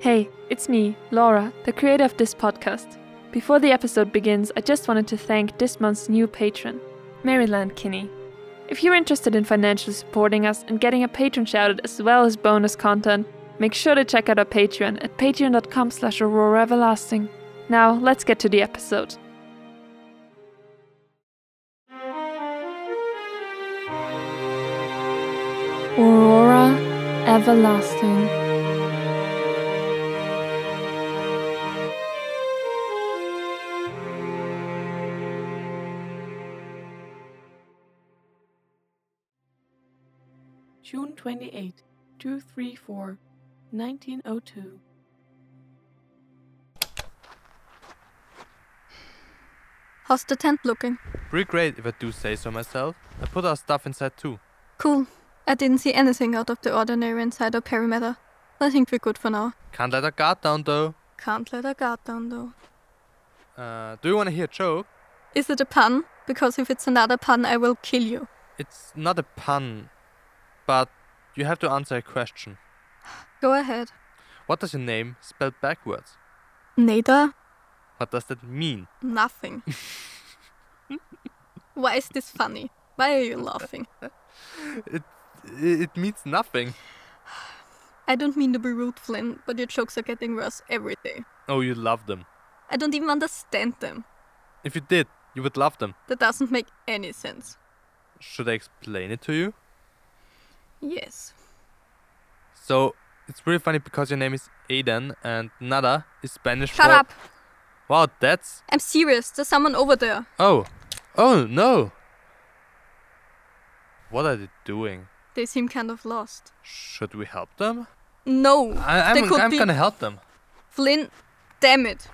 Hey, it's me, Laura, the creator of this podcast. Before the episode begins, I just wanted to thank this month's new patron, Maryland Kinney. If you're interested in financially supporting us and getting a patron shouted as well as bonus content, make sure to check out our Patreon at patreon.com slash aurora everlasting. Now, let's get to the episode. Aurora Everlasting. June 28, 234, 1902. How's the tent looking? Pretty great if I do say so myself. I put our stuff inside too. Cool. I didn't see anything out of the ordinary inside our perimeter. I think we're good for now. Can't let our guard down though. Can't let our guard down though. Uh, do you want to hear a joke? Is it a pun? Because if it's another pun, I will kill you. It's not a pun, but you have to answer a question. Go ahead. What does your name spelled backwards? Nada? What does that mean? Nothing. Why is this funny? Why are you laughing? It it means nothing. I don't mean to be rude, Flynn, but your jokes are getting worse every day. Oh, you love them. I don't even understand them. If you did, you would love them. That doesn't make any sense. Should I explain it to you? Yes. So it's really funny because your name is Aiden and nada is Spanish Shut for. up! Wow, that's I'm serious. There's someone over there. oh, oh no. What are they doing? They seem kind of lost. Should we help them? No! I, they I'm, could I'm be. gonna help them. Flynn, damn it.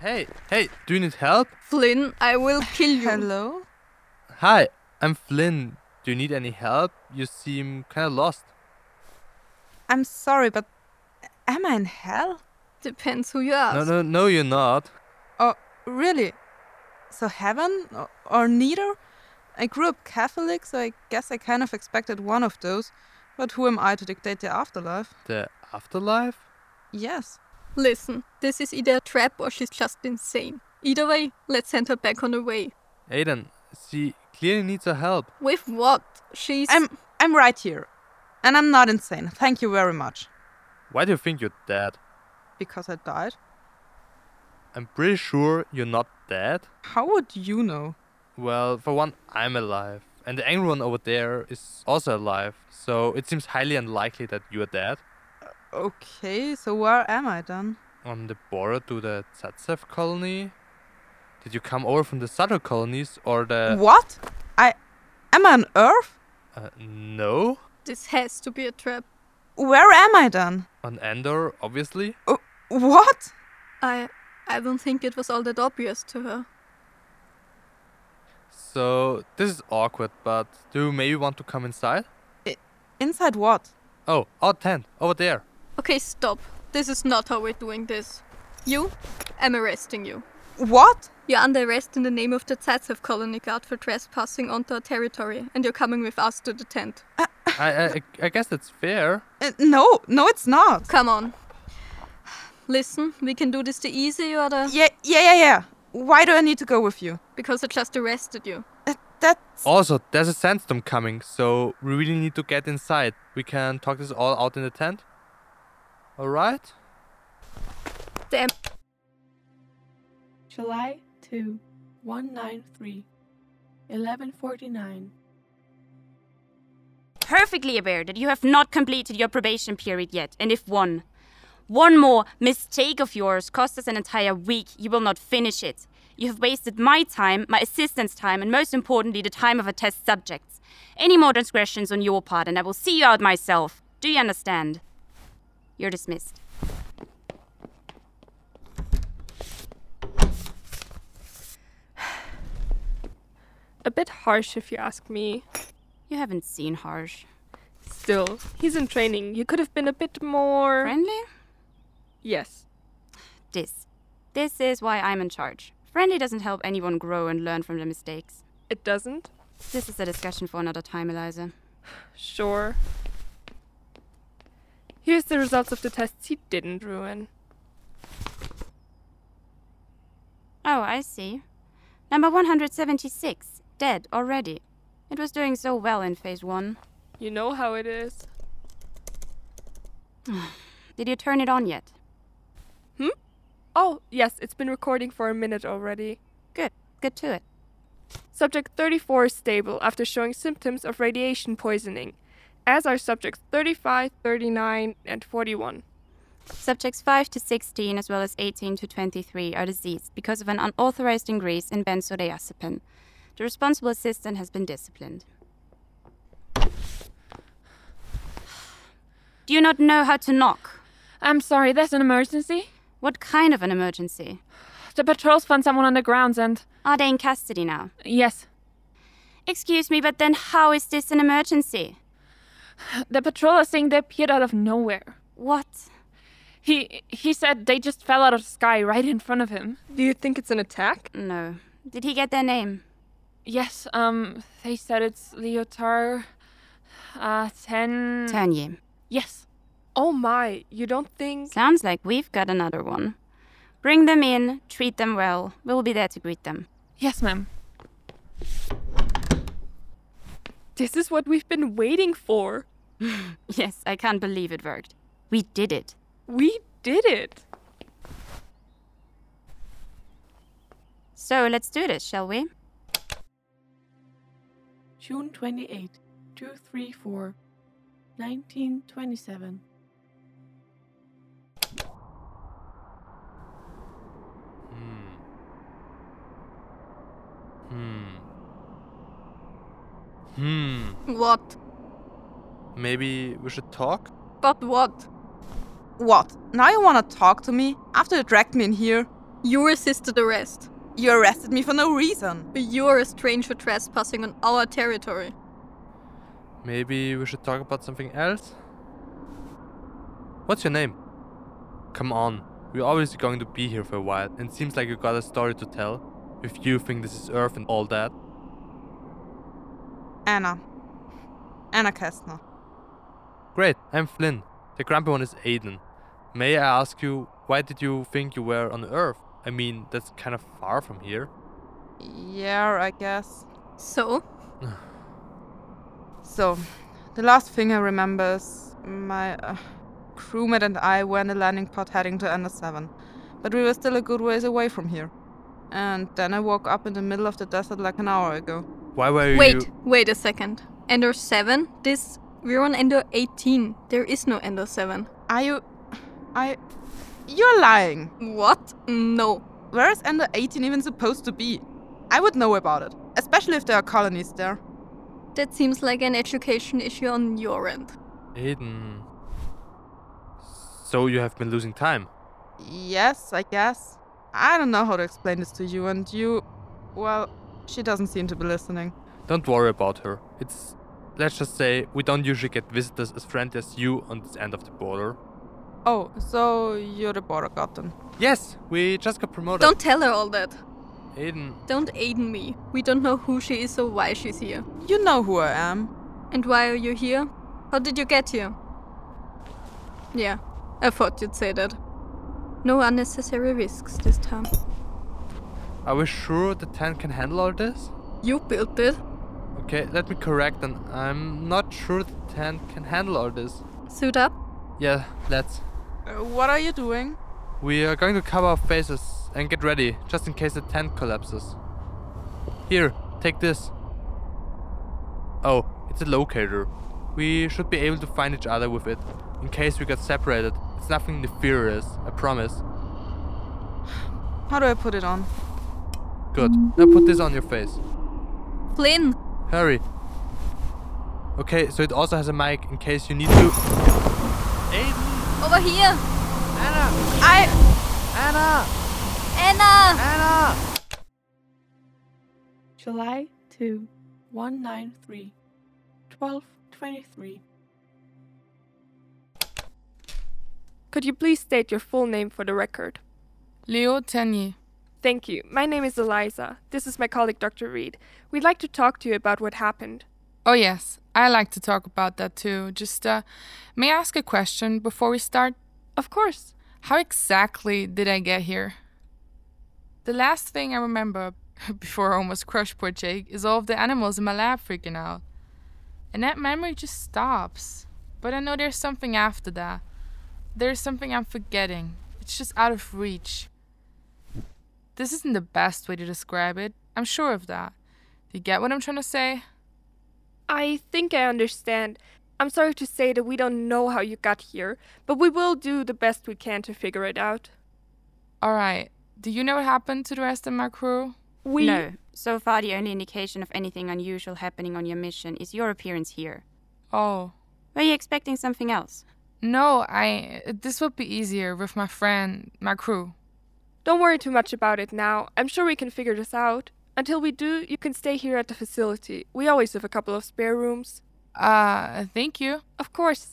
Hey, hey, do you need help? Flynn, I will kill you. Hello? Hi, I'm Flynn. Do you need any help? You seem kind of lost. I'm sorry, but am I in hell? Depends who you ask. No, no, no, you're not. Oh, really? So heaven or, or neither? I grew up Catholic, so I guess I kind of expected one of those. But who am I to dictate the afterlife? The afterlife? Yes. Listen, this is either a trap or she's just insane. Either way, let's send her back on her way. Aiden, she clearly needs our help. With what? She's. I'm I'm right here. And I'm not insane. Thank you very much. Why do you think you're dead? Because I died? I'm pretty sure you're not dead. How would you know? Well, for one, I'm alive. And the angry one over there is also alive. So it seems highly unlikely that you are dead. Okay, so where am I then? On the border to the Tsatsev colony? Did you come over from the southern colonies or the. what? I am I on Earth? Uh, no? This has to be a trap. Where am I then? On Endor, obviously. Uh, what? I. I don't think it was all that obvious to her. So this is awkward, but do you maybe want to come inside? Inside what? Oh, our tent over there. Okay, stop. This is not how we're doing this. You? I'm arresting you. What? You're under arrest in the name of the Zaitsev colony guard for trespassing onto our territory, and you're coming with us to the tent. I, I I- I guess that's fair. Uh, no, no, it's not. Come on. Listen, we can do this the easy or the. Yeah, yeah, yeah, yeah. Why do I need to go with you? Because I just arrested you. Uh, that's Also, there's a sandstorm coming, so we really need to get inside. We can talk this all out in the tent. All right. Damn. July 2, 193, 1149. perfectly aware that you have not completed your probation period yet, and if one, one more mistake of yours costs us an entire week, you will not finish it. You have wasted my time, my assistant's time, and most importantly, the time of a test subjects. Any more transgressions on your part, and I will see you out myself. Do you understand? You're dismissed. A bit harsh if you ask me. You haven't seen Harsh. Still, he's in training. You could have been a bit more. Friendly? Yes. This. This is why I'm in charge. Friendly doesn't help anyone grow and learn from their mistakes. It doesn't? This is a discussion for another time, Eliza. Sure. Here's the results of the tests he didn't ruin. Oh, I see. Number 176, dead already. It was doing so well in phase one. You know how it is. Did you turn it on yet? Oh, yes, it's been recording for a minute already. Good, good to it. Subject 34 is stable after showing symptoms of radiation poisoning, as are subjects 35, 39, and 41. Subjects 5 to 16, as well as 18 to 23, are deceased because of an unauthorized increase in benzodiazepine. The responsible assistant has been disciplined. Do you not know how to knock? I'm sorry, there's an emergency. What kind of an emergency? The patrols found someone on the grounds and. Are they in custody now? Yes. Excuse me, but then how is this an emergency? The patrol are saying they appeared out of nowhere. What? He he said they just fell out of the sky right in front of him. Do you think it's an attack? No. Did he get their name? Yes, um they said it's Leotard uh ten Tanya. Yes. Oh my, you don't think. Sounds like we've got another one. Bring them in, treat them well. We'll be there to greet them. Yes, ma'am. This is what we've been waiting for. Yes, I can't believe it worked. We did it. We did it. So let's do this, shall we? June 28, 234, 1927. Hmm. Hmm. Hmm. What? Maybe we should talk? But what? What? Now you wanna talk to me? After you dragged me in here? You resisted arrest. You arrested me for no reason. But you're a stranger trespassing on our territory. Maybe we should talk about something else? What's your name? Come on, we're obviously going to be here for a while, and seems like you got a story to tell. If you think this is Earth and all that. Anna. Anna Kestner. Great, I'm Flynn. The grumpy one is Aiden. May I ask you, why did you think you were on Earth? I mean, that's kind of far from here. Yeah, I guess. So? So, the last thing I remember is my uh, crewmate and I were in the landing pod heading to Ender 7, but we were still a good ways away from here. And then I woke up in the middle of the desert like an hour ago. Why were Wait, you. wait a second. Ender 7? This. We're on Ender 18. There is no Ender 7. Are you. I. You're lying! What? No. Where is Ender 18 even supposed to be? I would know about it, especially if there are colonies there. That seems like an education issue on your end. Aiden. So you have been losing time. Yes, I guess. I don't know how to explain this to you, and you. Well, she doesn't seem to be listening. Don't worry about her. It's. Let's just say we don't usually get visitors as friendly as you on this end of the border. Oh, so you're the border god then. Yes, we just got promoted. Don't tell her all that. Aiden. Don't Aiden me. We don't know who she is or why she's here. You know who I am. And why are you here? How did you get here? Yeah, I thought you'd say that. No unnecessary risks this time. Are we sure the tent can handle all this? You built it, Okay, let me correct then. I'm not sure the tent can handle all this. suit up. Yeah, let's. Uh, what are you doing? We are going to cover our faces and get ready, just in case the tent collapses. Here, take this. Oh, it's a locator. We should be able to find each other with it, in case we got separated. It's nothing nefarious, I promise. How do I put it on? Good. Now put this on your face. Flynn! Hurry. Okay, so it also has a mic in case you need to. Aiden! Over here! Anna! I. Anna! Anna! Anna! July 2, 193, 1223. Could you please state your full name for the record? Leo Tenier. Thank you. My name is Eliza. This is my colleague, Dr. Reed. We'd like to talk to you about what happened. Oh, yes, I like to talk about that too. Just, uh, may I ask a question before we start? Of course. How exactly did I get here? The last thing I remember before I almost crushed poor Jake is all of the animals in my lab freaking out. And that memory just stops. But I know there's something after that. There's something I'm forgetting. It's just out of reach. This isn't the best way to describe it. I'm sure of that. Do you get what I'm trying to say? I think I understand. I'm sorry to say that we don't know how you got here, but we will do the best we can to figure it out. Alright, do you know what happened to the rest of my crew? We No. So far, the only indication of anything unusual happening on your mission is your appearance here. Oh. Were you expecting something else? No, I. This would be easier with my friend, my crew. don't worry too much about it now. I'm sure we can figure this out. Until we do, you can stay here at the facility. We always have a couple of spare rooms. Uh, thank you. Of course.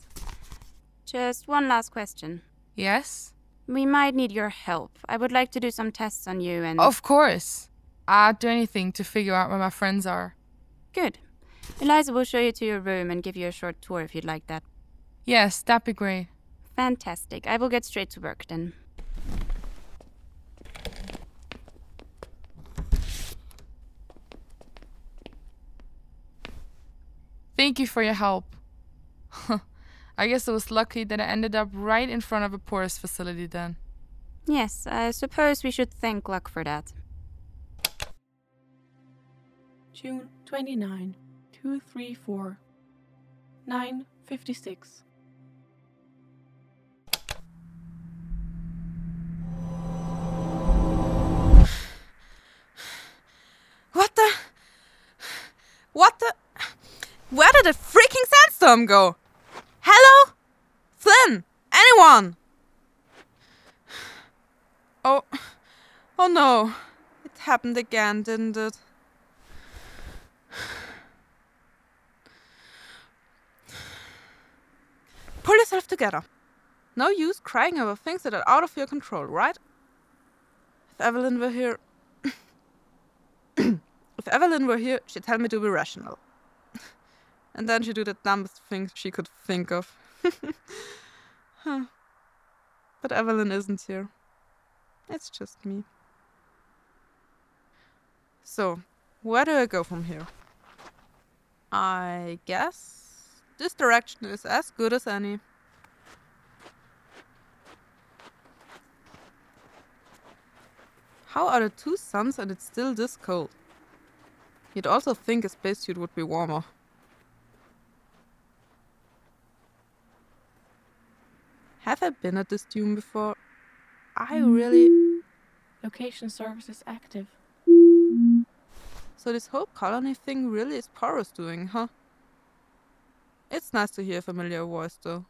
Just one last question. Yes? We might need your help. I would like to do some tests on you and. Of course. I'd do anything to figure out where my friends are. Good. Eliza will show you to your room and give you a short tour if you'd like that. Yes, that'd be great. Fantastic. I will get straight to work then. Thank you for your help. I guess it was lucky that I ended up right in front of a porous facility then. Yes, I suppose we should thank luck for that. June 29, 234. 956. What the? What the? Where did the freaking sandstorm go? Hello? Flynn? Anyone? Oh. Oh no. It happened again, didn't it? Pull yourself together. No use crying over things that are out of your control, right? If Evelyn were here, if Evelyn were here, she'd tell me to be rational. And then she'd do the dumbest thing she could think of. Huh. But Evelyn isn't here. It's just me. So, where do I go from here? I guess this direction is as good as any. How are the two suns and it's still this cold? You'd also think a spacesuit would be warmer. Have I been at this dune before? I really. Location services active. So this whole colony thing really is Poros doing, huh? It's nice to hear a familiar voice though.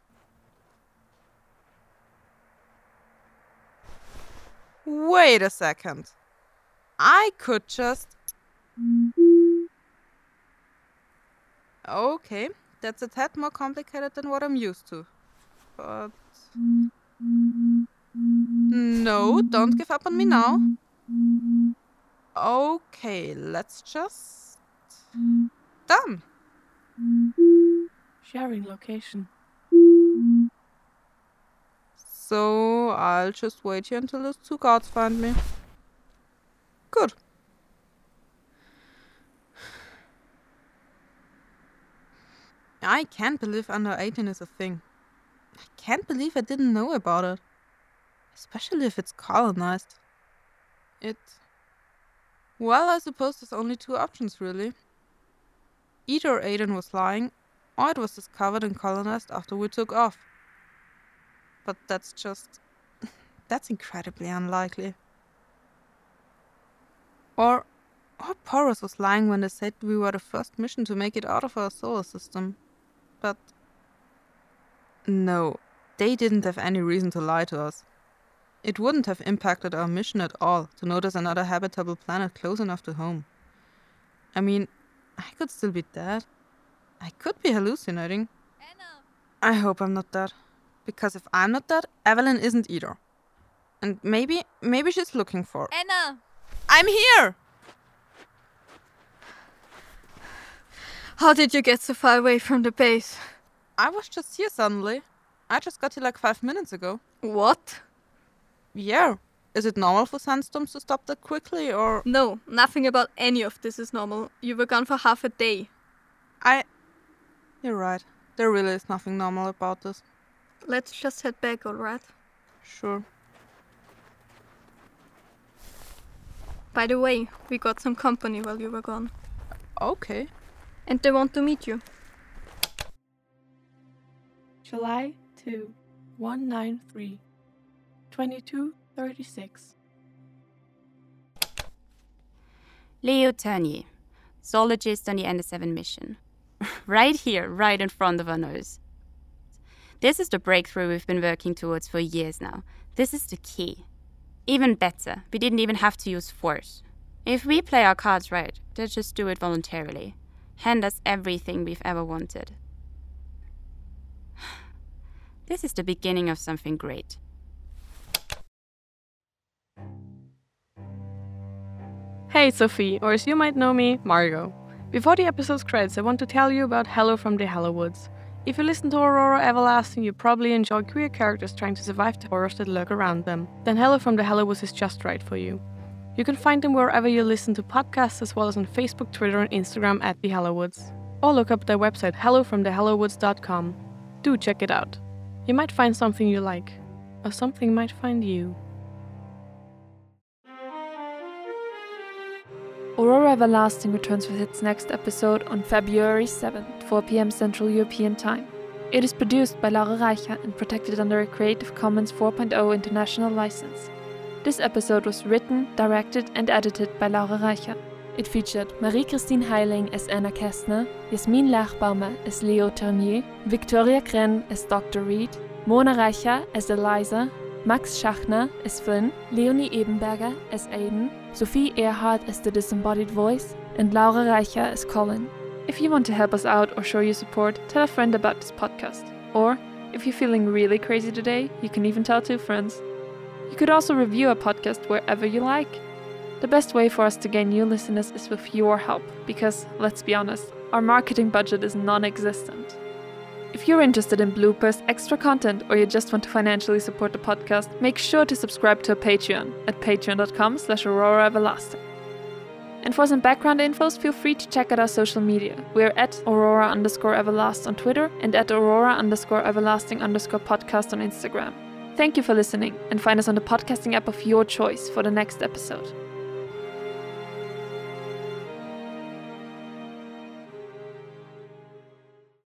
Wait a second. I could just Okay, that's a tad more complicated than what I'm used to. But No, don't give up on me now. Okay, let's just. Done. Sharing location. So I'll just wait here until those two guards find me. Good. I can't believe under 18 is a thing. I can't believe I didn't know about it. Especially if it's colonized. It. Well, I suppose there's only two options, really. Either Aiden was lying, or it was discovered and colonized after we took off. But that's just. That's incredibly unlikely. Or. Or Porus was lying when they said we were the first mission to make it out of our solar system. But. No, they didn't have any reason to lie to us. It wouldn't have impacted our mission at all to notice another habitable planet close enough to home. I mean, I could still be dead. I could be hallucinating. I hope I'm not dead. Because if I'm not dead, Evelyn isn't either. And maybe, maybe she's looking for. Anna! I'm here! How did you get so far away from the base? I was just here suddenly. I just got here like five minutes ago. What? Yeah. Is it normal for sandstorms to stop that quickly, or No, nothing about any of this is normal. You were gone for half a day. I? You're right. There really is nothing normal about this. Let's just head back, alright? Sure. By the way, we got some company while you were gone. Okay. And they want to meet you. July 2, 193, 2236. Leo Ternier, zoologist on the NS7 mission. right here, right in front of our nose. This is the breakthrough we've been working towards for years now. This is the key. Even better, we didn't even have to use force. If we play our cards right, they'll just do it voluntarily. Hand us everything we've ever wanted. This is the beginning of something great. Hey Sophie, or as you might know me, Margot. Before the episode's credits, I want to tell you about Hello from the Hello Woods. If you listen to Aurora Everlasting, you probably enjoy queer characters trying to survive the horrors that lurk around them. Then Hello from the Hello Woods is just right for you. You can find them wherever you listen to podcasts, as well as on Facebook, Twitter, and Instagram at the Hello Woods. Or look up their website hellofromthehellowoods.com. Do check it out. You might find something you like, or something might find you. Aurora Everlasting returns with its next episode on February 7th, 4 pm Central European Time. It is produced by Lara Reicher and protected under a Creative Commons 4.0 international license. This episode was written, directed, and edited by Lara Reicher. It featured Marie-Christine Heiling as Anna Kästner, Jasmin Lachbaumer as Leo Ternier, Victoria Krenn as Dr. Reed, Mona Reicher as Eliza, Max Schachner as Flynn, Leonie Ebenberger as Aiden, Sophie Earhart as the disembodied voice, and Laura Reicher as Colin. If you want to help us out or show your support, tell a friend about this podcast. Or, if you're feeling really crazy today, you can even tell two friends. You could also review our podcast wherever you like. The best way for us to gain new listeners is with your help, because, let's be honest, our marketing budget is non existent. If you're interested in bloopers, extra content, or you just want to financially support the podcast, make sure to subscribe to our Patreon at patreon.com slash aurora everlasting. And for some background infos, feel free to check out our social media. We're at aurora underscore everlast on Twitter and at aurora underscore everlasting underscore podcast on Instagram. Thank you for listening, and find us on the podcasting app of your choice for the next episode.